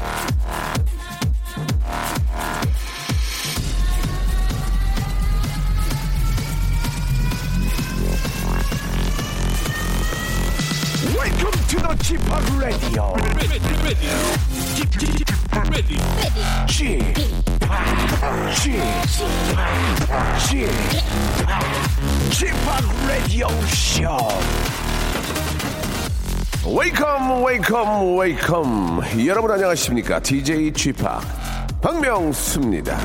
어, Welcome to the Chip Radio. Chip Chip Chip Radio Show. Welcome, welcome, welcome. 여러분 안녕하십니까? DJ Chip 박명수입니다.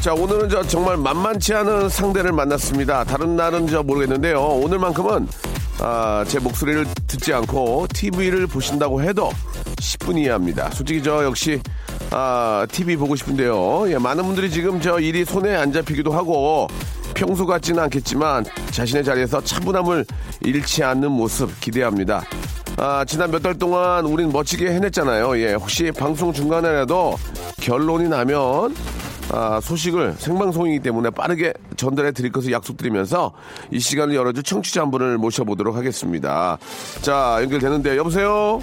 자 오늘은 저 정말 만만치 않은 상대를 만났습니다. 다른 날은 저 모르겠는데요. 오늘만큼은 아, 제 목소리를 듣지 않고 TV를 보신다고 해도 10분 이하입니다. 솔직히 저 역시 아, TV 보고 싶은데요. 예, 많은 분들이 지금 저 일이 손에 안 잡히기도 하고 평소 같지는 않겠지만 자신의 자리에서 차분함을 잃지 않는 모습 기대합니다. 아, 지난 몇 달 동안 우린 멋지게 해냈잖아요. 예, 혹시 방송 중간에라도 결론이 나면 아, 소식을 생방송이기 때문에 빠르게 전달해 드릴 것을 약속드리면서 이 시간을 열어줄 청취자 한 분을 모셔보도록 하겠습니다. 자, 연결되는데 여보세요?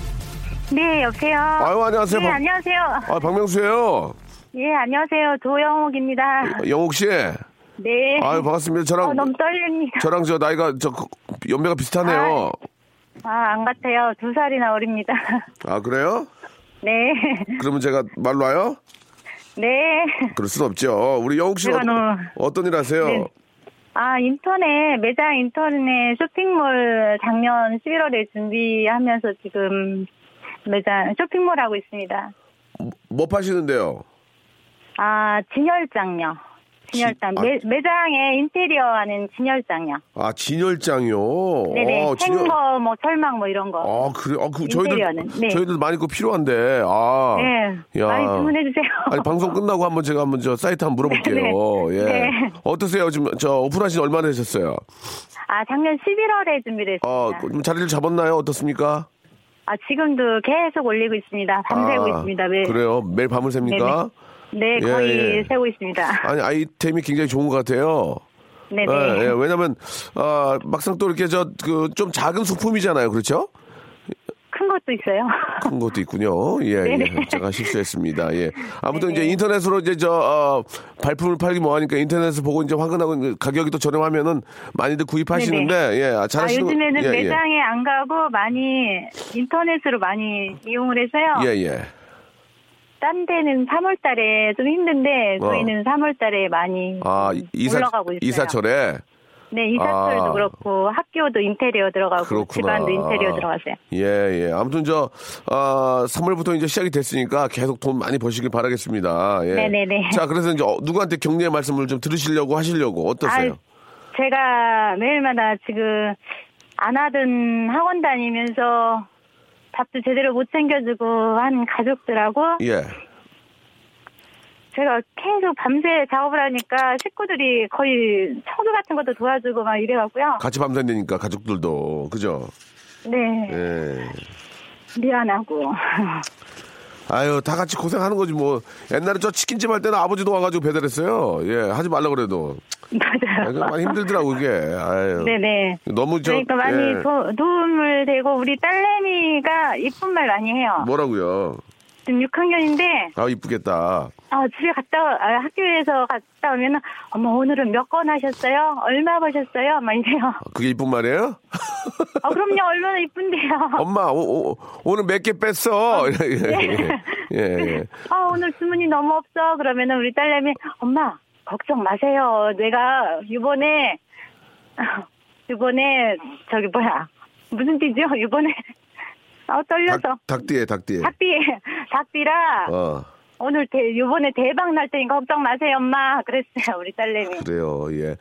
네, 여보세요. 아유, 안녕하세요. 네, 박- 안녕하세요. 아, 박명수예요. 예, 안녕하세요. 조영옥입니다. 영옥 씨. 네. 아유, 뭐- 반갑습니다. 어, 저랑 아. 너무 떨립니다. 저랑 저 나이가 저 거- 연배가 비슷하네요. 아, 안 같아요. 두 살이나 어립니다. 아, 그래요? 네. 그러면 제가 말로 와요? 네. 그럴 순 없죠. 우리 영옥 씨는 제가 너무- 어떤, 어떤 일 하세요? 네. 아, 인터넷, 매장 인터넷 쇼핑몰 작년 11월에 준비하면서 지금 매장 쇼핑몰 하고 있습니다. 뭐 파시는데요? 아, 진열장요. 진열장. 진- 아. 매, 매장에 인테리어 하는 진열장요. 아, 진열장이요. 네네. 어, 행거, 뭐, 철망, 뭐, 이런 거. 아, 그래. 아, 그 저희들 인테리어는, 네. 저희들 많이 그 필요한데. 아. 네. 야. 많이 주문해 주세요. 아니 방송 끝나고 한번 제가 한번 저 사이트 한번 물어볼게요. 네. 예. 네. 어떠세요? 지금 저 오픈하신 지 얼마나 되셨어요? 아, 작년 11월에 준비를 했습니다. 어, 좀 자리를 잡았나요? 어떻습니까? 아, 지금도 계속 올리고 있습니다. 밤새고 아, 있습니다. 네. 그래요. 매일 밤을 셉니까? 네, 예, 거의 예. 세고 있습니다. 아니 아이템이 굉장히 좋은 것 같아요. 네네. 예, 예. 왜냐면 아, 막상 또 이렇게 저 그 좀 작은 소품이잖아요. 그렇죠? 큰 것도 있어요. 큰 것도 있군요. 예, 예. 네네. 네. 제가 실수했습니다. 예. 아무튼 이제 인터넷으로 이제 저, 어, 발품을 팔기 뭐 하니까 인터넷을 보고 이제 화근하고 이제 가격이 또 저렴하면은 많이들 구입하시는데, 예, 아, 아, 잘하시는 요즘에는 예, 매장에 안 가고 많이 인터넷으로 많이 이용을 해서요. 예, 예. 딴 데는 3월 달에 좀 힘든데 어. 저희는 3월 달에 많이 아, 음, 이사, 올라가고 있어요. 이사철에. 네, 이사철도 아. 그렇고 학교도 인테리어 들어가고 그렇구나. 집안도 인테리어 들어가세요. 예, 예. 아무튼 저, 아, 3월부터 이제 시작이 됐으니까 계속 돈 많이 버시길 바라겠습니다. 예. 네네네. 자, 그래서 이제 어, 누구한테 격려의 말씀을 좀 들으시려고 하시려고 어떠세요? 아, 제가 매일마다 지금 안 하던 학원 다니면서 밥도 제대로 못 챙겨주고 하는 가족들하고 예. 제가 계속 밤새 작업을 하니까 식구들이 거의 청소 같은 것도 도와주고 막 이래갖고요. 같이 밤새 되니까 가족들도. 그죠? 네, 예. 미안하고. 아유 다 같이 고생하는 거지 뭐 옛날에 저 치킨집 할 때는 아버지도 와가지고 배달했어요 예 하지 말라 그래도 아, 맞아요. 이거 많이 힘들더라고 이게 아유 네네. 너무 저 그러니까 많이 예, 도, 도움을 되고 우리 딸내미가 이쁜 말 많이 해요. 뭐라고요 지금 6학년인데 아 이쁘겠다 아, 집에 갔다, 와- 아, 학교에서 갔다 오면은, 어머, 오늘은 몇 건 하셨어요? 얼마 버셨어요? 막 이래요. 그게 이쁜 말이에요 어, 그럼요, 얼마나 이쁜데요. 엄마 오, 늘 몇 개 뺐어 예예 예, 예. 아, 오늘 주문이 너무 없어. 그러면은 우리 딸내미, 엄마, 걱정 마세요. 내가, 이번에, 이번에, 저기, 뭐야. 무슨 띠죠? 이번에, 아, 떨려서. 닭, 닭띠에 닭띠에 닭띠, 닭띠라, 어 오늘 대, 이번에 대박 날 테니까 걱정 마세요, 엄마. 그랬어요, 우리 딸내미. 그래요 예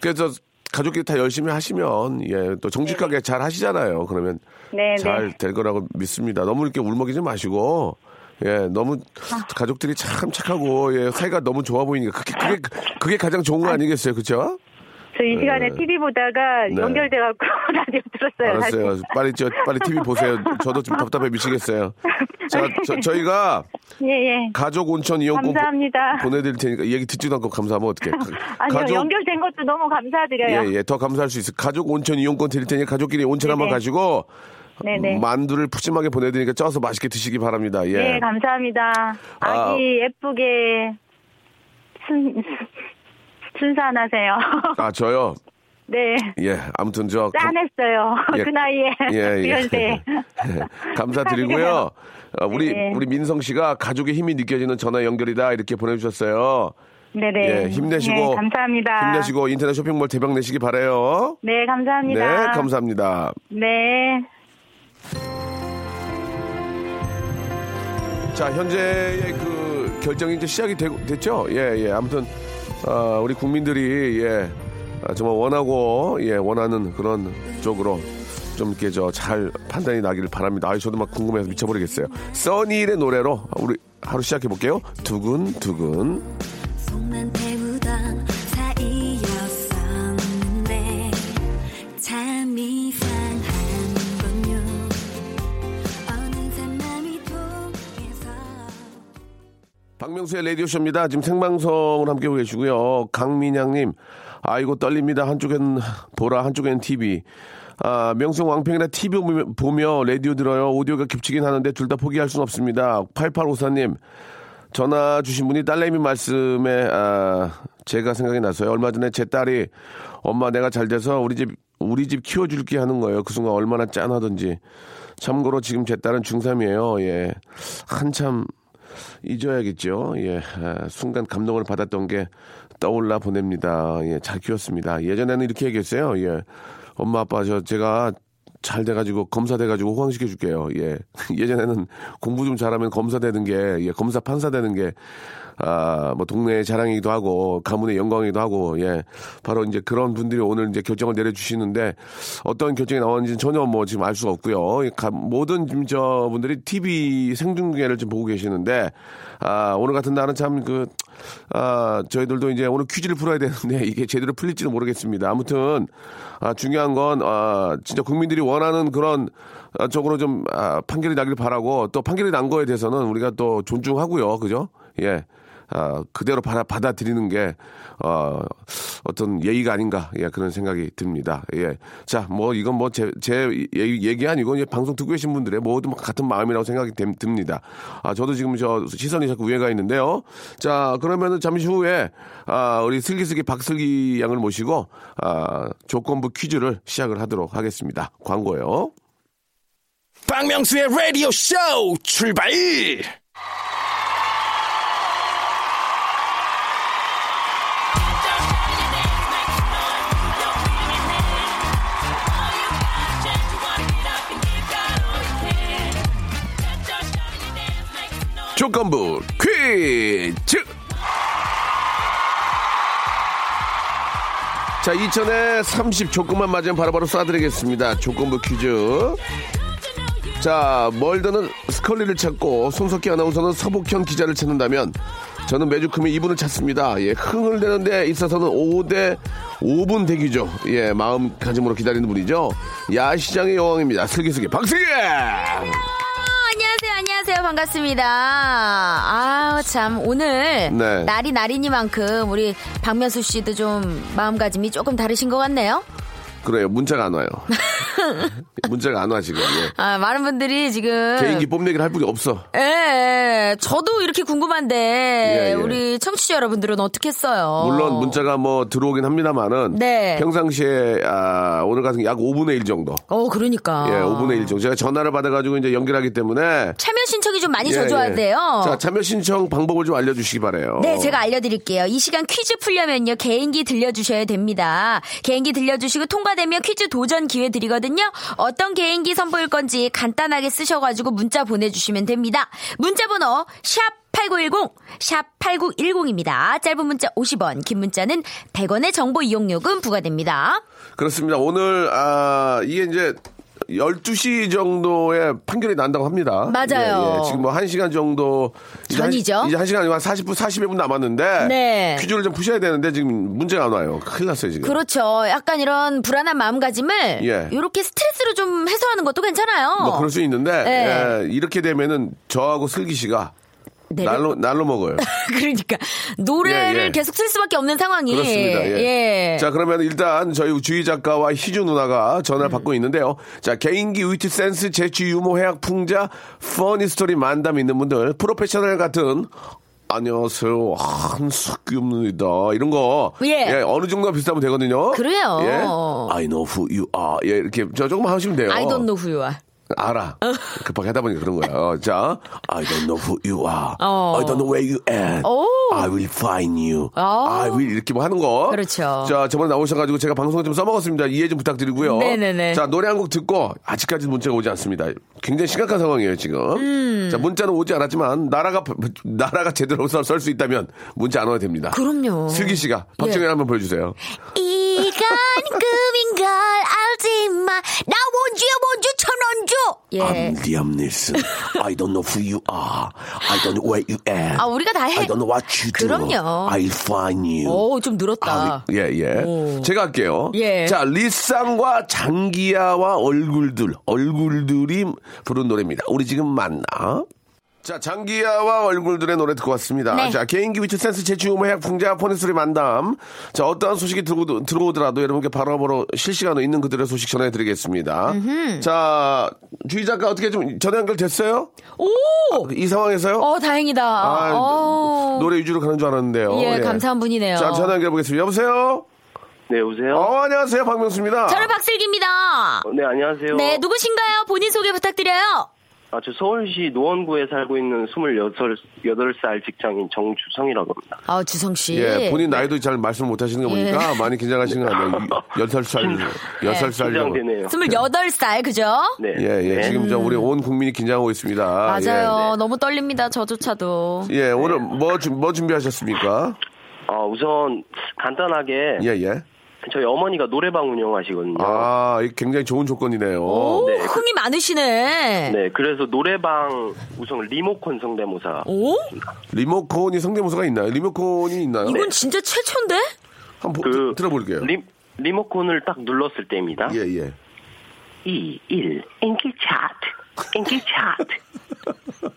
그래서 가족끼리 다 열심히 하시면 예 또 정직하게 잘 하시잖아요. 그러면 네, 잘 네. 될 거라고 믿습니다. 너무 이렇게 울먹이지 마시고 예 너무 아. 가족들이 참 착하고 예 사이가 너무 좋아 보이니까 그게 그게, 그게 가장 좋은 거 아니겠어요, 그렇죠? 저 이 시간에 네. TV 보다가 네. 연결돼갖고 라디오 들었어요. 알았어요. 사실. 빨리 저 빨리 TV 보세요. 저도 좀 답답해 미치겠어요. 자 저, 저희가 예, 예. 가족 온천 이용권 보- 감사합니다. 보내드릴 테니까 얘기 듣지도 않고 감사하면 어떡해. 가- 아니요, 연결된 것도 너무 감사드려요. 예, 예, 더 감사할 수 있어요. 가족 온천 이용권 드릴 테니 가족끼리 온천 한번 네네. 가시고 네네. 만두를 푸짐하게 보내드리니까 쪄서 맛있게 드시기 바랍니다. 예. 예, 감사합니다. 아기 예쁘게 순, 순산하세요. 아, 저요? 네. 예, 아무튼 저. 감- 짠했어요. 예. 그 나이에. 예, 그 연세에. 예. 감사드리고요. 아, 우리, 네. 우리 민성 씨가 가족의 힘이 느껴지는 전화 연결이다. 이렇게 보내주셨어요. 네네. 예, 힘내시고. 예, 감사합니다. 힘내시고 인터넷 쇼핑몰 대박 내시기 바래요 네, 네, 감사합니다. 감사합니다. 네. 자 현재의 그 결정이 이제 시작이 되, 됐죠. 예, 예. 아무튼 아, 우리 국민들이 예 아, 정말 원하고 예 원하는 그런 쪽으로 좀 이렇게 저 잘 판단이 나기를 바랍니다. 아, 저도 막 궁금해서 미쳐버리겠어요. 써니의 노래로 우리 하루 시작해 볼게요. 두근 두근. 속만 태우던 사이였었는데 참 이상한 건요 어느새 맘이 통해서 박명수의 라디오쇼입니다. 지금 생방송을 함께하고 계시고요. 강민양님, 아이고 떨립니다. 한쪽엔 보라, 한쪽엔 TV. 아, 명성 왕팽이나 TV 보며, 보며 라디오 들어요. 오디오가 겹치긴 하는데 둘 다 포기할 순 없습니다. 8854님, 전화 주신 분이 딸내미 말씀에 아, 제가 생각이 났어요. 얼마 전에 제 딸이 엄마 내가 잘 돼서 우리 집 우리 집 키워줄게 하는 거예요. 그 순간 얼마나 짠하던지. 참고로 지금 제 딸은 중3이에요. 예. 한참 잊어야겠죠. 예. 아, 순간 감동을 받았던 게 떠올라 보냅니다. 예. 잘 키웠습니다. 예전에는 이렇게 얘기했어요. 예. 엄마 아빠 저 제가 잘 돼가지고 검사 돼가지고 호강시켜 줄게요. 예. 예전에는 공부 좀 잘하면 검사 되는 게, 예, 검사 판사 되는 게, 아, 뭐 동네의 자랑이기도 하고, 가문의 영광이기도 하고, 예. 바로 이제 그런 분들이 오늘 이제 결정을 내려주시는데, 어떤 결정이 나왔는지는 전혀 뭐 지금 알 수가 없고요. 예, 가- 모든 지금 저 분들이 TV 생중계를 지금 보고 계시는데, 아, 오늘 같은 날은 참 그, 아, 저희들도 이제 오늘 퀴즈를 풀어야 되는데, 이게 제대로 풀릴지는 모르겠습니다. 아무튼, 아, 중요한 건, 아, 진짜 국민들이 원하는 그런 아, 쪽으로 좀 아, 판결이 나길 바라고 또 판결이 난 거에 대해서는 우리가 또 존중하고요. 그죠? 예. 아, 그대로 받아, 받아들이는 게, 어, 어떤 예의가 아닌가, 예, 그런 생각이 듭니다. 예. 자, 뭐, 이건 뭐, 제, 제 얘기, 얘기 아니고, 이제 방송 듣고 계신 분들의 모두 같은 마음이라고 생각이 됨- 듭니다. 아, 저도 지금 저 시선이 자꾸 위에가 있는데요. 자, 그러면은 잠시 후에, 아, 우리 슬기슬기 박슬기 양을 모시고, 아, 조건부 퀴즈를 시작을 하도록 하겠습니다. 광고요. 박명수의 라디오 쇼 출발! 조건부 퀴즈! 자, 2000에 30 조건만 맞으면 바로바로 쏴드리겠습니다. 조건부 퀴즈. 자, 멀더는 스컬리를 찾고 손석희 아나운서는 서복현 기자를 찾는다면 저는 매주 금요 이분을 찾습니다. 예, 흥을 내는 데 있어서는 5대 5분 대기죠. 예, 마음가짐으로 기다리는 분이죠. 야시장의 여왕입니다. 슬기슬기 박슬기! 어, 안녕하세요, 안녕하세요. 반갑습니다. 아, 참, 오늘 네. 날이 날이니만큼 우리 박명수 씨도 좀 마음가짐이 조금 다르신 것 같네요. 그래요. 문자가 안 와요. 문자가 안 와, 지금. 예. 아, 많은 분들이 지금. 개인기 뽐내기를 할 분이 없어. 예, 예, 저도 이렇게 궁금한데 예, 예. 우리 청취자 여러분들은 어떻게 했어요? 물론 문자가 뭐 들어오긴 합니다만은 네. 평상시에 아, 오늘 같은 약 5분의 1 정도. 어, 그러니까. 예, 5분의 1 정도. 제가 전화를 받아가지고 이제 연결하기 때문에 참여 신청이 좀 많이 예, 져줘야 예. 돼요. 자, 어. 참여 신청 방법을 좀 알려주시기 바래요. 네, 제가 알려드릴게요. 이 시간 퀴즈 풀려면요, 개인기 들려주셔야 됩니다. 개인기 들려주시고 통과되면 퀴즈 도전 기회 드리거든요. 어떤 개인기 선보일 건지 간단하게 쓰셔가지고 문자 보내주시면 됩니다. 문자번호, 샵 샵8910 샵8910입니다. 짧은 문자 50원, 긴 문자는 100원의 정보 이용료금 부과됩니다. 그렇습니다. 오늘 아 이게 이제 12시 정도에 판결이 난다고 합니다. 맞아요. 예, 예. 지금 뭐 1시간 정도 이제 한- 전이죠? 이제 1시간 한 40분 40여 분 남았는데 네. 퀴즈를 좀 푸셔야 되는데 지금 문제가 안 와요. 큰일 났어요, 지금. 그렇죠. 약간 이런 불안한 마음가짐을 예. 이렇게 스트레스로 좀 해소하는 것도 괜찮아요. 뭐 그럴 수 있는데 네. 예, 이렇게 되면은 저하고 슬기 씨가 내려- 날로 날로 먹어요. 그러니까 노래를 예, 예. 계속 쓸 수밖에 없는 상황이 그렇습니다. 예. 자, 그러면 일단 저희 주희 작가와 희주 누나가 음. 전화를 받고 있는데요. 자, 개인기 위트 센스, 재치, 유머, 해학, 풍자, 퍼니 스토리 만담 있는 분들, 프로페셔널 같은 안녕하세요. 한석규입니다. 이런 거. 예. 어느 정도 비슷하면 되거든요. 그래요. 예. I know who you are. 예, 이렇게 저 조금만 하시면 돼요. I don't know who you are. 알아. 급하게 하다 보니까 그런 거야. 어, 자, I don't know who you are. 어. I don't know where you are. 오. I will find you. 어. I will 이렇게 뭐 하는 거. 그렇죠. 자, 저번에 나오셔가지고 제가 방송에 좀 써먹었습니다. 이해 좀 부탁드리고요. 네네네. 자, 노래 한 곡 듣고 아직까지 문자가 오지 않습니다. 굉장히 심각한 상황이에요 지금. 음. 자, 문자는 오지 않았지만 나라가 나라가 제대로 썰 수 있다면 문자 안 와도 됩니다. 그럼요. 예. 슬기 씨가 박정현 한번 보여주세요. 이건 꿈인 걸 알지만 나 원주야 원주 천원주. 예. I'm Liam Neeson. I don't know who you are. I don't know where you are. 아, 우리가 다 해. I don't know what you do. 그럼요. I'll find you. 오, 좀 아, 늘었다. 예, 예. 오. 제가 할게요. 예. 자, 리쌍과 장기야와 얼굴들, 얼굴들이 부른 노래입니다. 우리 지금 만나. 자, 장기야와 얼굴들의 노래 듣고 왔습니다. 네. 자, 개인기 위트 센스 재치 우모 해학 풍자 포니스리 만담. 자, 어떠한 소식이 들고, 들어오더라도 여러분께 바로바로 실시간으로 있는 그들의 소식 전해드리겠습니다. 자, 주희 작가 어떻게 좀 전화 연결 됐어요? 오. 이 상황에서요? 어 다행이다. 아, 어. 노래 위주로 가는 줄 알았는데요. 예, 감사한 분이네요. 자, 전화 연결해 보겠습니다. 여보세요? 네, 여보세요? 어, 안녕하세요. 박명수입니다. 저는 박슬기입니다. 네, 안녕하세요. 네 누구신가요? 본인 소개 부탁드려요. 아, 저 서울시 노원구에 살고 있는 28살 직장인 정주성이라고 합니다. 아 주성 씨. 예, 본인 나이도 잘 말씀 못 하시는 거 예. 보니까 많이 긴장하시는 거 아니에요? 음. 13살, 13살. 예, 긴장되네요. 28살 그죠? 네. 예, 예. 네. 지금 저 우리 온 국민이 긴장하고 있습니다. 맞아요. 네. 너무 떨립니다. 저조차도. 예, 예 오늘 뭐, 준- 뭐 준비하셨습니까? 아, 우선 간단하게 예, 예. 저희 어머니가 노래방 운영하시거든요. 아, 이게 굉장히 좋은 어, 조건이네요. 오 네. 흥이 많으시네. 네, 그래서 노래방 우선 리모컨 성대모사. 오? 네. 리모컨이 성대모사가 있나요? 리모컨이 있나요? 예, 이건 진짜 최초인데? 한번 보- 그 들어볼게요. 리, 리모컨을 딱 눌렀을 때입니다. 예, 예. 2, 1, 인기 차트. 인기 차트.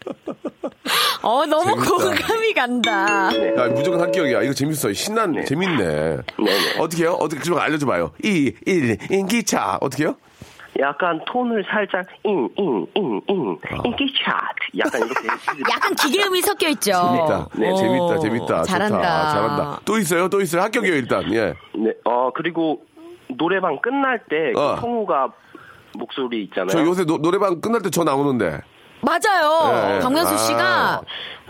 어, 너무 재밌다. 공감이 간다. 야, 무조건 합격이야. 이거 재밌어요. 신난, 재밌네. 네네. 어떻게 해요? 어떻게, 좀 알려줘봐요. 2, 1, 인기차. 어떻게 해요? 약간 톤을 살짝 인, 인, 인, 인. 아. 인기 차트. 약간 이렇게. 약간 기계음이 섞여 있죠. 재밌다. 네. 오, 재밌다, 재밌다. 잘한다. 좋다. 잘한다. 또 있어요, 또 있어요. 합격이에요, 일단. 예. 네, 어, 그리고 노래방 끝날 때그 어. 성우가 목소리 있잖아요. 저 요새 노, 노래방 끝날 때 저 나오는데. 맞아요. 예, 예. 박명수 아. 씨가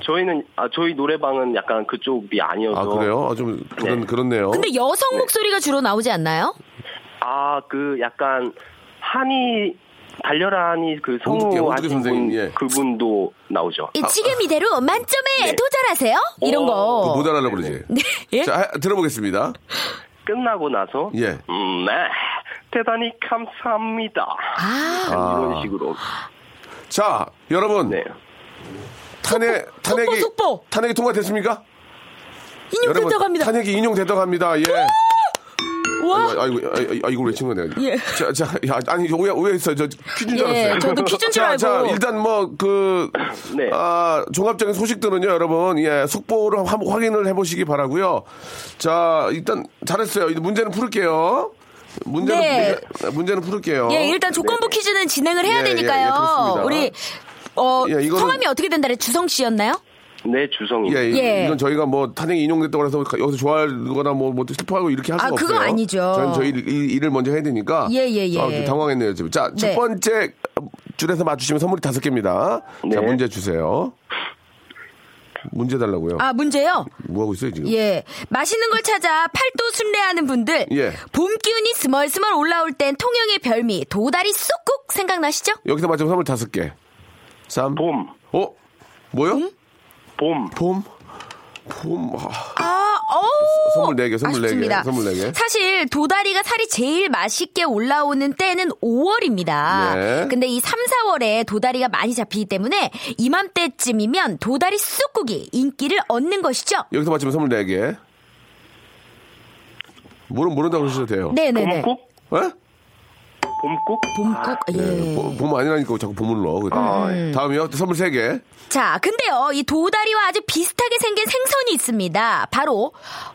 저희는 아 저희 노래방은 약간 그쪽이 아니어서 아, 그래요? 아, 좀, 그런, 네. 그렇네요. 근데 여성 목소리가 주로 나오지 않나요? 아, 그 약간 한이 달려라 한이 그 홍두깨, 성우 홍두깨 하신 분 선생님, 예. 그분도 나오죠. 아. 이 지금 이대로 만점에 도전하세요? 이런 네. 어. 그거 거. 못 알아라 뭐 그러지. 네. 예? 자, 하- 들어보겠습니다. 끝나고 나서 예. 음, 네. 대단히 감사합니다. 아, 이런 식으로. 자, 여러분. 네. 탄핵, 탄핵이. 속보. 탄핵이 통과됐습니까? 인형 여러분, 된다고 합니다. 탄핵이 인용됐다고 합니다. 예. 와. 아이고, 아이고, 아이고, 아이고, 외친 거네. 뭐? 예. 자, 자, 야, 아니, 이거 오해, 오해했어요. 저 퀴즈인 줄 예, 알았어요. 저도 퀴즈인 줄 자, 자, 알고. 일단 뭐, 그, 네. 아, 종합적인 소식들은요, 여러분, 예, 속보로 한번 확인을 해보시기 바라고요 자, 일단 잘했어요. 이제 문제는 풀을게요. 문제는, 네. 문제, 문제는 풀을게요. 예, 일단 조건부 퀴즈는 진행을 해야 어? 예, 되니까요. 예, 그렇습니다. 우리 어, 예, 이거는- 성함이 어떻게 된다 그래? 주성 씨였나요? 네, 주성이. 예, 이- 예. 이건 저희가 뭐 탄핵이 인용됐다고 해서 여기서 좋아하거나 뭐, 뭐 슬퍼하고 이렇게 할 아, 수가 그건 없어요. 아니죠. 저는 저희 일, 일- 일을 먼저 해야 되니까. 예, 예, 예. 아, 좀 당황했네요, 지금. 자, 첫 네. 번째 줄에서 맞추시면 선물이 다섯 개입니다. 자, 네. 문제 주세요. 문제 달라고요. 아, 문제요? 뭐 하고 있어요, 지금? 예. 맛있는 걸 찾아 팔도 순례하는 분들. 예. 봄 기운이 스멀스멀 올라올 땐 통영의 별미 도다리 쑥국 생각나시죠? 여기서 맞추면 선물 다섯 개. 삼. 봄. 어? 뭐요? 봄. 봄? 봄. 아, 아, 어 선물 네 개, 선물 네 개, 아쉽습니다. 선물 네 개. 사실 도다리가 살이 제일 맛있게 올라오는 때는 5월입니다. 네. 근데 이 3, 4월에 도다리가 많이 잡히기 때문에 이맘때쯤이면 도다리 쑥국이 인기를 얻는 것이죠. 여기서 맞히면 선물 4개. 모른, 모른다고 하셔도 뭐, 돼요. 네네네. 봄국? 예? 봄국? 봄국? 예. 보- 봄 아니라니까 자꾸 봄을 넣어. 다음이요. 선물 3개. 자, 근데요, 이 도다리와 아주 비슷하게 생긴 생선이 있습니다. 바로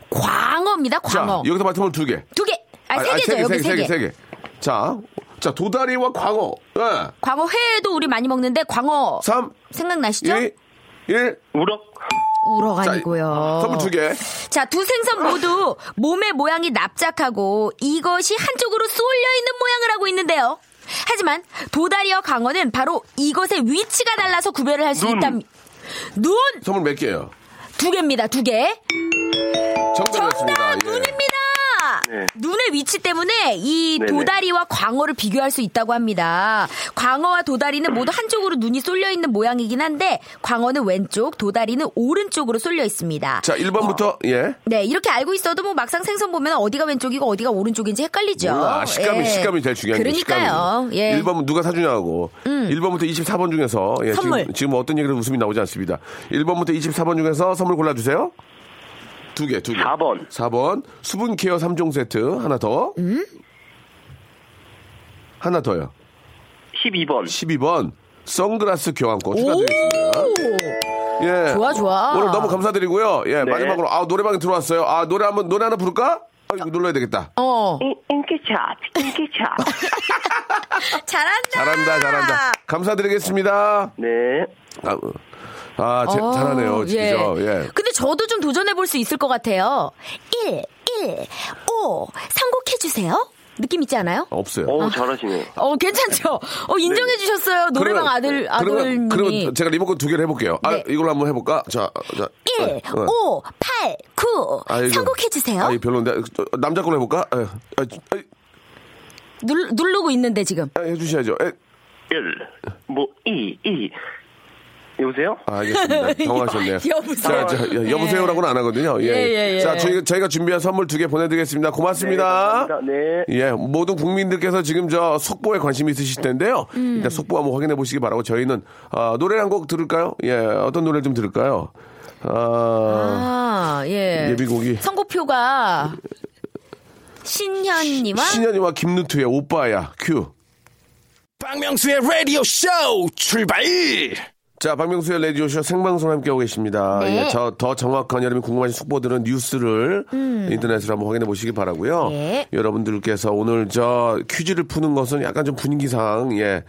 광어입니다, 자, 광어. 여기서 맞히면 2개. 두 개, 아니, 세 개죠, 여기 세 개. 세개 자, 자, 도다리와 광어. 예. 광어 회도 우리 많이 먹는데 광어 3, 생각나시죠? 2, 1. 우럭? 우럭 자, 아니고요. 선물 2개. 자, 두 생선 모두 몸의 모양이 납작하고 이것이 한쪽으로 쏠려 있는 모양을 하고 있는데요. 하지만 도다리와 광어는 바로 이것의 위치가 달라서 구별을 할 수 눈. 있다. 눈! 선물 몇 개요? 두 개입니다, 두 개. 정답이었습니다. 정답! 예. 눈입니다! 네. 눈의 위치 때문에 이 네네. 도다리와 광어를 비교할 수 있다고 합니다. 광어와 도다리는 모두 한쪽으로 눈이 쏠려 있는 모양이긴 한데 광어는 왼쪽, 도다리는 오른쪽으로 쏠려 있습니다. 자, 1번부터, 예. 네, 이렇게 알고 있어도 뭐 막상 생선 보면 어디가 왼쪽이고 어디가 오른쪽인지 헷갈리죠. 몰라. 식감이, 예. 식감이 제일 중요한 게 그러니까요. 식감이. 예. 음. 1번은 누가 사주냐고. 1번부터 24번 중에서 예, 선물. 지금, 지금 어떤 얘기를 웃음이 나오지 않습니다. 1번부터 24번 중에서 선물 골라 주세요. 두 개, 두 개. 4번. 4번 수분 케어 3종 세트 하나 더. 음? 하나 더요. 12번. 12번 선글라스 교환권 추가드리겠습니다. 예. 좋아, 좋아. 오늘 너무 감사드리고요. 예, 네. 마지막으로 아, 노래방에 들어왔어요. 아, 노래 한번 노래 하나 부를까? 아, 이거 눌러야 되겠다. 어, 인기샵, 인기샵. 잘한다. 잘한다, 잘한다. 감사드리겠습니다. 네. 아, 아 제- 어, 잘하네요. 진짜. 예. 근데 저도 좀 도전해 볼 수 있을 것 같아요. 1, 1, 5. 선곡해 주세요. 느낌 있지 않아요? 없어요. 네. 어우, 잘하시네요. 어, 괜찮죠? 어, 인정해 주셨어요. 노래방 그러면- 아들, 그러면, 아들님이. 그러면 제가 리모컨 두 개를 해볼게요. 아, 네. 예. 이걸로 한번 해볼까? 자, 자. 1, 어, 어. 5, 8, 9. 아이고. 선곡해 주세요. 아, 이 별론데. 저, 남자 걸로 해볼까? 에, 아, 저, 아이, 눌, 누르고 있는데 지금. 아, 해주셔야죠. 에, 1. 뭐, 2, 2. 여보세요? 아, 알겠습니다. 당황하셨네요. 여보세요. 자, 자, 여- 여보세요라고는 안 하거든요. 예. 예, 예, 예. 자, 저희, 저희가 준비한 선물 두 개 보내드리겠습니다. 네, 고맙습니다. 감사합니다. 네. 예, 모든 국민들께서 지금 저 속보에 관심이 있으실 텐데요. 일단 속보 한번 확인해 보시기 바라고 저희는 아, 노래 한 곡 들을까요? 예, 어떤 노래 좀 들을까요? 어, 아, 아, 예. 예비곡이. 선고표가 신현님과 신현이와 김누트의 오빠야 큐. 박명수의 라디오 쇼 출발! 자, 박명수의 라디오쇼 생방송 함께하고 계십니다. 네. 예, 저 더 정확한 여러분 궁금하신 속보들은 뉴스를 인터넷으로 한번 확인해 보시기 바라고요. 음. 예. 여러분들께서 오늘 저 퀴즈를 푸는 것은 약간 좀 분위기상 예,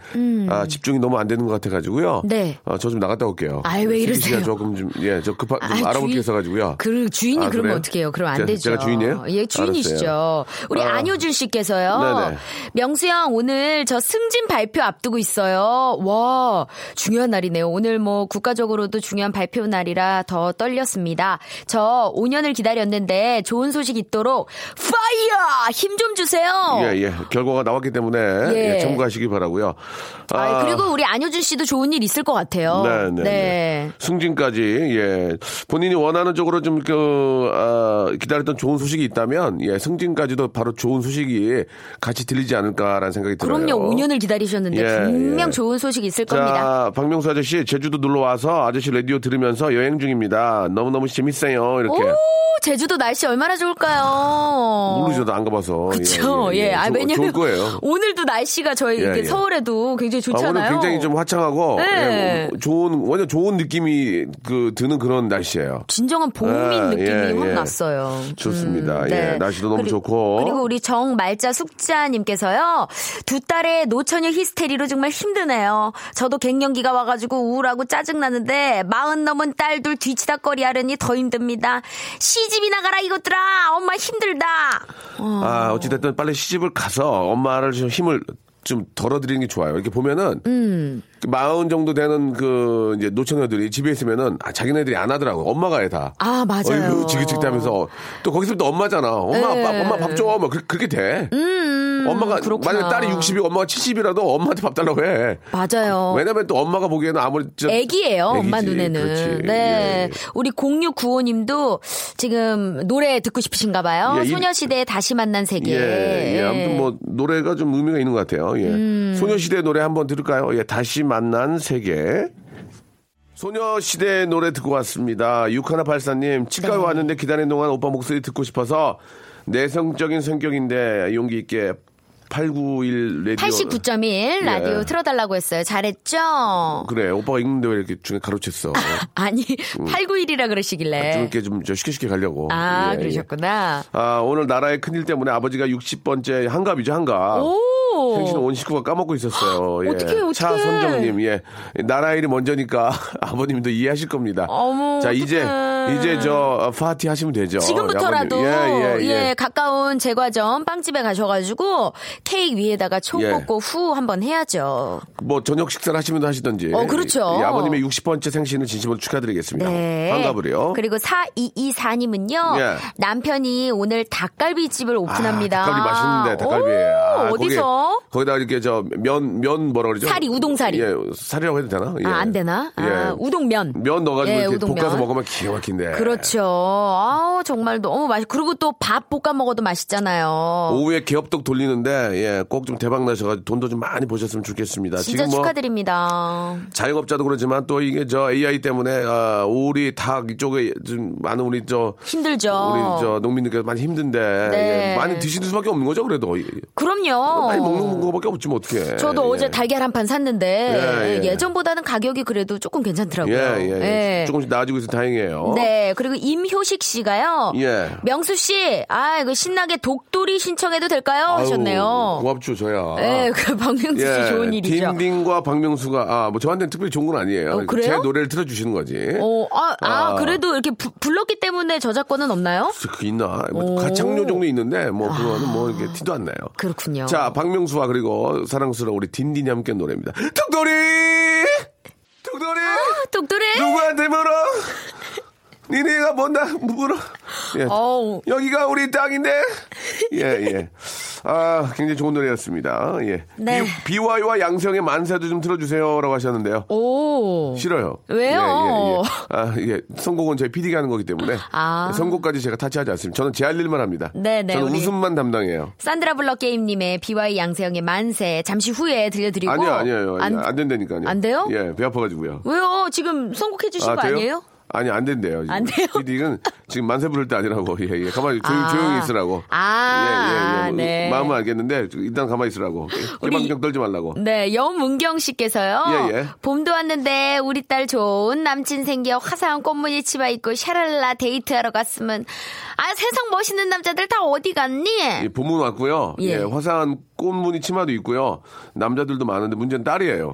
아, 집중이 너무 안 되는 것 같아가지고요. 음. 어, 네. 저 좀 나갔다 올게요. 아이, 왜 퀴즈 이러세요? 시간 조금 좀 예, 저 급하 좀 아, 알아볼 주인- 게 있어가지고요. 그 주인이 아, 그러면 그래요? 어떻게 해요? 그러면 안 제가- 되죠. 제가 주인이에요? 예, 주인이시죠. 알았어요. 우리 아. 안효준 씨께서요. 네네. 명수 형 오늘 저 승진 발표 앞두고 있어요. 와 중요한 날이네요. 오늘 뭐 국가적으로도 중요한 발표 날이라 더 떨렸습니다. 저 5년을 기다렸는데 좋은 소식 있도록 파이어 힘 좀 주세요. 예, 예. 결과가 나왔기 때문에 예. 예, 참고하시기 바라고요. 아, 그리고 우리 안효준 씨도 좋은 일 있을 것 같아요. 네, 네, 네. 승진까지 예 본인이 원하는 쪽으로 좀그 아, 기다렸던 좋은 소식이 있다면 예 승진까지도 바로 좋은 소식이 같이 들리지 않을까라는 생각이 들어요. 그럼요. 5년을 기다리셨는데 예, 분명 예. 좋은 소식 있을 겁니다. 자, 박명수 아저씨 제주도 놀러 와서 아저씨 라디오 들으면서 여행 중입니다. 너무 너무 재밌어요. 이렇게 오, 뭐 제주도 날씨 얼마나 좋을까요? 모르죠, 나안 가봐서. 그렇죠. 예. 아, 좋- 왜냐면 좋을 거예요. 오늘도 날씨가 저희 예, 이렇게 예. 서울에도 굉장히 아, 좋잖아요. 오늘 굉장히 좀 화창하고 네. 예, 좋은 완전 좋은 느낌이 그 드는 그런 날씨예요. 진정한 봄인 아, 느낌이 예, 확 예. 났어요. 음, 네. 좋습니다. 예, 날씨도 너무 그리- 좋고. 그리고 우리 정말자 숙자님께서요. 두 딸의 노처녀 히스테리로 정말 힘드네요. 저도 갱년기가 와가지고 우울하고 짜증나는데 마흔 넘은 딸둘 뒤치다 거리 하려니 더 힘듭니다. 시집이 나가라 이것들아. 엄마 힘들다. 아, 어찌됐든 빨리 시집을 가서 엄마를 좀 힘을 좀 덜어드리는 게 좋아요. 이렇게 보면은, 음. 그 마흔 정도 되는 그, 이제 노처녀들이 집에 있으면은, 아, 자기네들이 안 하더라고. 엄마가 해 다. 아, 맞아요. 어이구, 지긋지긋 하면서. 또 거기서부터 엄마잖아. 엄마, 예. 밥, 엄마 밥 줘. 뭐, 그, 렇게 돼. 엄마가 음, 그렇구나. 만약에 딸이 60이고 엄마가 70이라도 엄마한테 밥 달라고 해. 맞아요. 왜냐면 또 엄마가 보기에는 아무리 저- 어. 애기예요, 엄마 애기지. 눈에는. 그렇지. 네. 예, 예. 우리 0695님도 지금 노래 듣고 싶으신가 봐요. 예, 이- 소녀시대의 다시 만난 세계. 예, 예. 예. 음. 아무튼 뭐 노래가 좀 의미가 있는 것 같아요. 예. 소녀시대 노래 한번 들을까요? 예, 다시 만난 세계. 소녀시대 노래 듣고 왔습니다. 6184님, 치과에 네. 왔는데 기다리는 동안 오빠 목소리 듣고 싶어서 내성적인 성격인데 용기 있게 891 레디오. 89.1 라디오 예. 틀어달라고 했어요. 잘했죠? 그래, 오빠가 읽는데 왜 이렇게 중에 가로챘어? 아니, 891이라 그러시길래. 아, 좀 이렇게 좀저 쉽게 쉽게 가려고. 네. 아, 예, 예. 그러셨구나. 아, 오늘 나라의 큰일 때문에 아버지가 60번째 한갑이죠, 한갑. 오! 생신 온 식구가 까먹고 있었어요. 예. 어. 어떡해, 어떡해. 차선정님, 예. 나라 일이 먼저니까 아버님도 이해하실 겁니다. 어머, 자, 어떡해. 이제, 이제 저, 어, 파티 하시면 되죠. 지금부터라도 아버님. 예, 가까운 제과점 빵집에 가셔가지고 케이크 위에다가 총 예. 꽂고 후 한번 해야죠. 뭐 저녁 식사를 하시면 하시던지. 어, 그렇죠. 예, 아버님의 60번째 생신을 진심으로 축하드리겠습니다. 네. 반갑으려. 그리고 4224님은요. 예. 남편이 오늘 닭갈비집을 오픈합니다. 아, 닭갈비 맛있는데 닭갈비. 아, 오, 거기- 어디서? 거기다가 이렇게 저면면 뭐라 그러죠? 사리, 우동사리. 예, 사리라고 해도 되나? 예. 아, 안 되나? 아, 우동면. 면 넣어가지고 예, 이렇게 우동면. 볶아서 먹으면 기가 막힌데. 그렇죠. 아우, 정말 너무 맛있, 그리고 또 밥 볶아 먹어도 맛있잖아요. 오후에 개업떡 돌리는데 예, 꼭 좀 대박 나셔가지고 돈도 좀 많이 버셨으면 좋겠습니다. 진짜 지금 뭐 축하드립니다. 자영업자도 그렇지만 또 이게 저 AI 때문에 아, 오리 닭 이쪽에 좀 많은 우리 저 힘들죠. 우리 저 농민들께서 많이 힘든데 어. 네. 예, 많이 드시는 수밖에 없는 거죠 그래도 그럼요. 뭐 많이 먹는 거밖에 없지 뭐 어떻게 저도 어제 달걀 한 판 샀는데 예, 예. 예, 전보다는 가격이 그래도 조금 괜찮더라고요. 예예 예. 조금씩 나아지고 있어 다행이에요 네, 그리고 임효식 씨가요. 예. 명수 씨, 아 이거 신나게 독돌이 신청해도 될까요? 아유, 예, 하셨네요. 고맙죠 저야 네, 그 박명수 씨 좋은 일이죠. 딩딩과 박명수가 아 뭐 저한테는 특별히 좋은 건 아니에요 어, 그래요? 제 노래를 틀어주시는 거지 어, 아, 아, 아. 그래도 이렇게 부- 불렀기 때문에 저작권은 없나요? 그 있나? 뭐 오. 아. 가창료 정도 있는데 뭐 그거는 뭐 이렇게 티도 안 나요. 그렇군요. 자, 박명수와 그리고 사랑스러운 우리 딘딘이 함께 노래입니다. 툭돌이! 툭돌이! 똑돌이. 누구한테 물어? 니네가 뭔다 물어? 예. 어우. 여기가 우리 땅인데? 예, 예. 아, 굉장히 좋은 노래였습니다. 예. 네. 비, 와이와 양성의 만세도 좀 틀어주세요. 라고 하셨는데요. 오. 싫어요. 왜요? 예, 예, 예. 아, 예. 선곡은 저희 PD가 하는 거기 때문에. 아. 선곡까지 제가 타치하지 않습니다. 저는 제 할 일만 합니다. 네, 네, 저는 우리. 웃음만 담당해요. 산드라 블럭 게임님의 BY 양세형의 만세 잠시 후에 들려드리고 아니요, 아니요. 안, 안 된다니까요. 안 돼요? 예, 배 아파가지고요. 왜요? 지금 선곡해 주신 거 돼요? 아니에요? 아니, 안 된대요. 안 돼요? PD는 지금 만세 부를 때 아니라고. 예, 예. 가만히 조용, 아. 조용히 있으라고. 아, 예, 예, 예. 뭐, 네. 마음은 알겠는데, 일단 가만히 있으라고. 우리- 개방경 떨지 말라고. 네, 여문경 씨께서요. 예, 예. 봄도 왔는데 우리 딸 좋은 남친 생겨 화사한 꽃무늬 치마 입고 샤랄라 데이트하러 갔으면 아 세상 멋있는 남자들 다 어디 갔니? 예, 봄은 왔고요. 예. 예. 화사한 꽃무늬 치마도 있고요. 남자들도 많은데 문제는 딸이에요.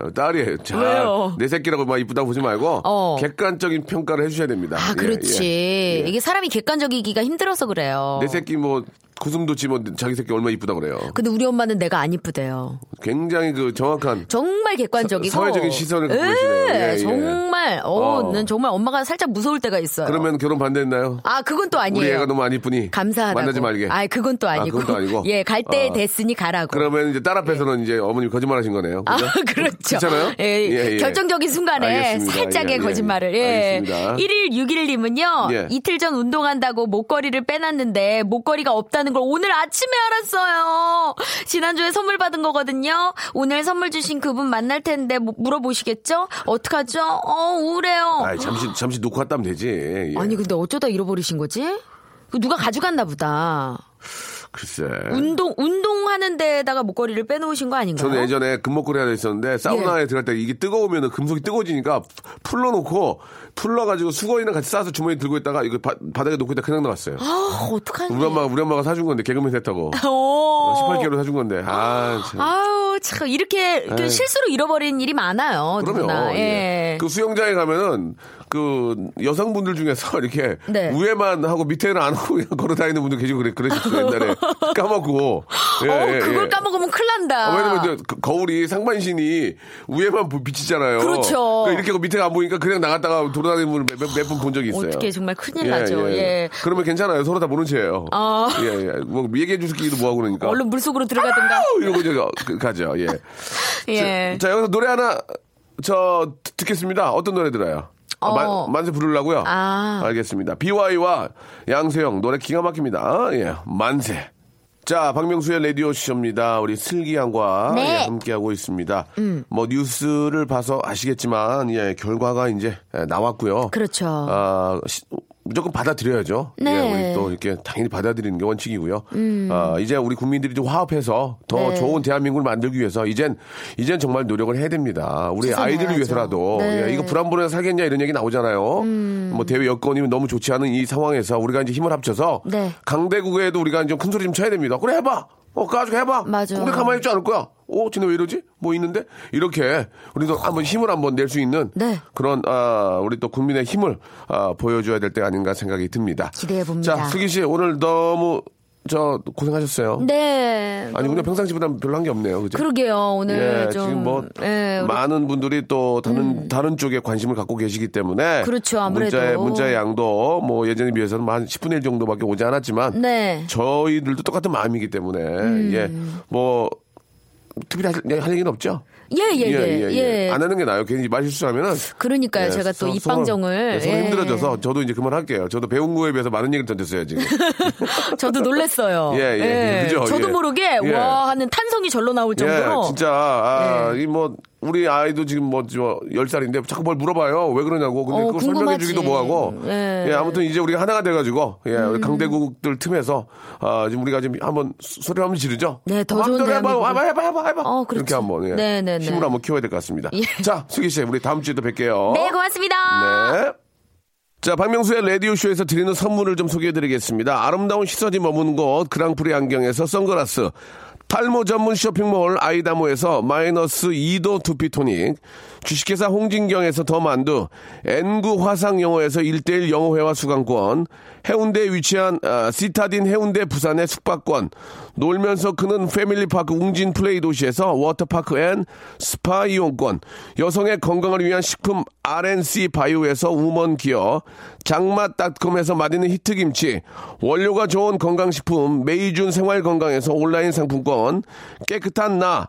어, 딸이에요. 자, 왜요? 내 새끼라고 막 이쁘다 고 보지 말고 어. 객관적인 평가를 해주셔야 됩니다. 아 예, 그렇지 예. 이게 사람이 객관적이기가 힘들어서 그래요. 내 새끼 뭐 고슴도치 뭐 자기 새끼 얼마 나 이쁘다 그래요. 근데 우리 엄마는 내가 안 이쁘대요. 굉장히 그 정확한 정말 객관적이고 사- 사회적인 시선을 갖고 계시네요. 예, 예. 정말 어. 어는 정말 엄마가 살짝 무서울 때가 있어요. 그러면 결혼 반대했나요? 아 그건 또 아니에요. 우리 애가 너무 안 이쁘니 감사하다고. 만나지 말게. 아 그건 또 아, 아니고. 그건 또 아니고? 예, 갈 때 어. 됐으니 가라고. 그러면 이제 딸 앞에서는 이제 어머님 거짓말하신 거네요. 아, 그죠? 그렇죠. 괜찮아요? 예, 예, 예. 결정적인 순간에 알겠습니다. 살짝의 예, 예. 거짓말을. 예. 알겠습니다. 1161님은요, 예. 이틀 전 운동한다고 목걸이를 빼놨는데, 목걸이가 없다는 걸 오늘 아침에 알았어요. 지난주에 선물 받은 거거든요. 오늘 선물 주신 그분 만날 텐데, 뭐 물어보시겠죠? 어떡하죠? 어, 우울해요. 아이, 잠시 잠시 놓고 갔다 하면 되지. 예. 아니, 근데 어쩌다 잃어버리신 거지? 그 누가 가져갔나 보다. 글쎄. 운동, 운동하는 데에다가 목걸이를 빼놓으신 거 아닌가요? 예. 저는 예전에 금목걸이 하나 있었는데 사우나에 들어갈 때 이게 뜨거우면 금속이 뜨거워지니까 풀러놓고 풀러가지고 수건이랑 같이 싸서 주머니 들고 있다가 이거 바, 바닥에 놓고 있다 가 그냥 나왔어요. 아, 어. 어떡하지? 우리 엄마가 우리 엄마가 사준 건데 개그맨 했다고 오. 18개로 사준 건데 아 참. 아우 참 이렇게 그 실수로 잃어버리는 일이 많아요. 누구나. 네. 그럼요. 예. 예. 그 수영장에 가면은 그 여성분들 중에서 이렇게 네. 위에만 하고 밑에는 안 하고 그냥 걸어 다니는 분들 계시고 그래 그러셨죠 옛날에 까먹고. 예, 어, 예, 그걸 예. 까먹으면 큰일 난다. 아, 왜냐면 이제 그 거울이 상반신이 위에만 보- 비치잖아요. 그렇죠. 그러니까 이렇게 하고 밑에가 안 보니까 그냥 나갔다가 돌아다니는 분을 몇분 본 적이 있어요. 어떻게 정말 큰일 나죠. 예. 그러면 괜찮아요. 서로 다 모른 체예요. 아. 예, 예. 뭐 얘기해 주기도 뭐하고 그러니까. 얼른 물속으로 들어가든가. 아우! 이러고 이제 어, 그- 가죠. 예. 예. 자, 여기서 노래 하나 저 듣- 듣겠습니다. 어떤 노래 들어요? 아, 어. 만, 만세 부르려고요? 아. 알겠습니다. BY와 양세형 노래 기가 막힙니다. 예, 만세. 자, 박명수의 라디오 쇼입니다. 우리 슬기양과 네. 음. 예, 함께하고 있습니다. 뭐 뉴스를 봐서 아시겠지만 예, 결과가 이제 예, 나왔고요. 그렇죠. 아, 시- 무조건 받아들여야죠. 네. 음. 예, 우리 또 이렇게 당연히 받아들이는 게 원칙이고요. 아, 이제 우리 국민들이 좀 화합해서 더 네. 좋은 대한민국을 만들기 위해서 이젠 이젠 정말 노력을 해야 됩니다. 우리 최선을 아이들을 다하죠. 위해서라도 네. 음. 예, 이거 불안불안 살겠냐 이런 얘기 나오잖아요. 뭐 대외 여건이 너무 좋지 않은 이 상황에서 우리가 이제 힘을 합쳐서 네. 강대국에도 우리가 이제 큰 소리 좀 쳐야 됩니다. 그래 해봐. 어, 가지고 해봐. 맞아. 우리 가만히 있지 않을 거야. 어, 쟤네 왜 이러지? 뭐 있는데? 이렇게 우리도 한번 힘을 한번 낼 수 있는 네. 그런 아, 우리 또 국민의 힘을 아, 보여줘야 될 때 아닌가 생각이 듭니다. 기대해 봅니다. 자, 수기 씨 오늘 너무 저 고생하셨어요. 네. 아니 오늘 평상시보다 별로 한 게 없네요. 그죠? 그러게요. 오늘 예, 좀 지금 뭐 예, 우리 많은 분들이 또 다른 다른 쪽에 관심을 갖고 계시기 때문에 그렇죠, 아무래도. 문자의 문자의 양도 뭐 예전에 비해서는 뭐한 10분의 1 정도밖에 오지 않았지만 네. 저희들도 똑같은 마음이기 때문에 예 뭐 특별히 할, 할 얘기는 없죠. 예, 예, 예. 예, 안 하는 게 나아요. 괜히 말실수하면은 그러니까요. 예, 제가 또 서- 입방정을. 서로, 예, 서로 예. 힘들어져서 저도 이제 그만할게요. 저도 배운 거에 비해서 많은 얘기를 던졌어요 지금. 저도 놀랬어요. 예, 예, 그죠, 저도 예. 모르게 예. 와 하는 탄성이 절로 나올 정도로 예, 진짜 아, 예. 이 뭐 우리 아이도 지금 뭐열 살인데 자꾸 뭘 물어봐요. 왜 그러냐고. 근데 어, 그거 설명해 궁금하지. 주기도 뭐하고. 예. 음. 예. 아무튼 이제 우리가 하나가 돼가지고 예, 우리 강대국들 틈에서 아, 지금 우리가 지금 한번 소- 소리 한번 지르죠. 네, 더 마음대로 좋은 해봐, 대한민국을. 해봐, 해봐, 해봐, 해봐. 어, 그렇지. 이렇게 한번 예. 네, 네, 네. 힘을 한번 키워야 될 것 같습니다. 예. 자, 수기 씨, 우리 다음 주에 또 뵐게요. 네, 고맙습니다. 네. 자, 박명수의 라디오쇼에서 드리는 선물을 좀 소개해드리겠습니다. 아름다운 시선이 머무는 곳, 그랑프리 안경에서 선글라스. 탈모 전문 쇼핑몰 아이다모에서 마이너스 2도 두피토닉. 주식회사 홍진경에서 더 만두. N구 화상영어에서 1대1 영어회화 수강권. 해운대에 위치한 아, 시타딘 해운대 부산의 숙박권. 놀면서 크는 패밀리파크 웅진 플레이 도시에서 워터파크 앤 스파 이용권. 여성의 건강을 위한 식품 RNC 바이오에서 우먼 기어, 장맛닷컴에서 맛있는 히트김치, 원료가 좋은 건강식품 메이준 생활건강에서 온라인 상품권, 깨끗한 나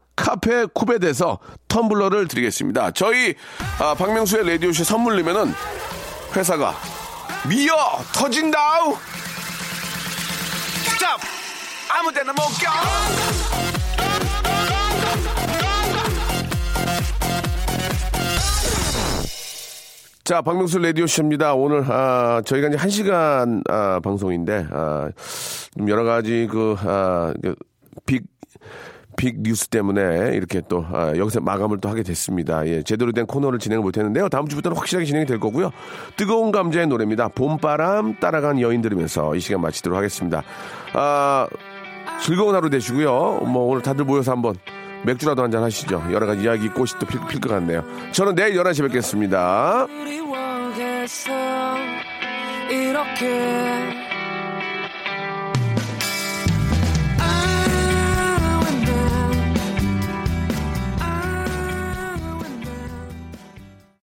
카페 쿠베에서 텀블러를 드리겠습니다. 저희 아, 박명수의 라디오쇼 선물 내면은 회사가 미어 터진다우 짭 아무데나 못 껴. 자, 박명수 라디오 쇼입니다. 오늘 아, 저희가 이제 한 시간 아, 방송인데 아, 좀 여러 가지 그, 아, 그빅 빅 뉴스 때문에 이렇게 또 아, 여기서 마감을 또 하게 됐습니다. 예, 제대로 된 코너를 진행을 못했는데요. 다음 주부터는 확실하게 진행이 될 거고요. 뜨거운 감자의 노래입니다. 봄바람 따라간 여인 들으면서 이 시간 마치도록 하겠습니다. 아, 즐거운 하루 되시고요. 뭐 오늘 다들 모여서 한번 맥주라도 한잔 하시죠. 여러 가지 이야기 꽃이 또 필 것 같네요. 저는 내일 11시에 뵙겠습니다. 그리워겠어 이렇게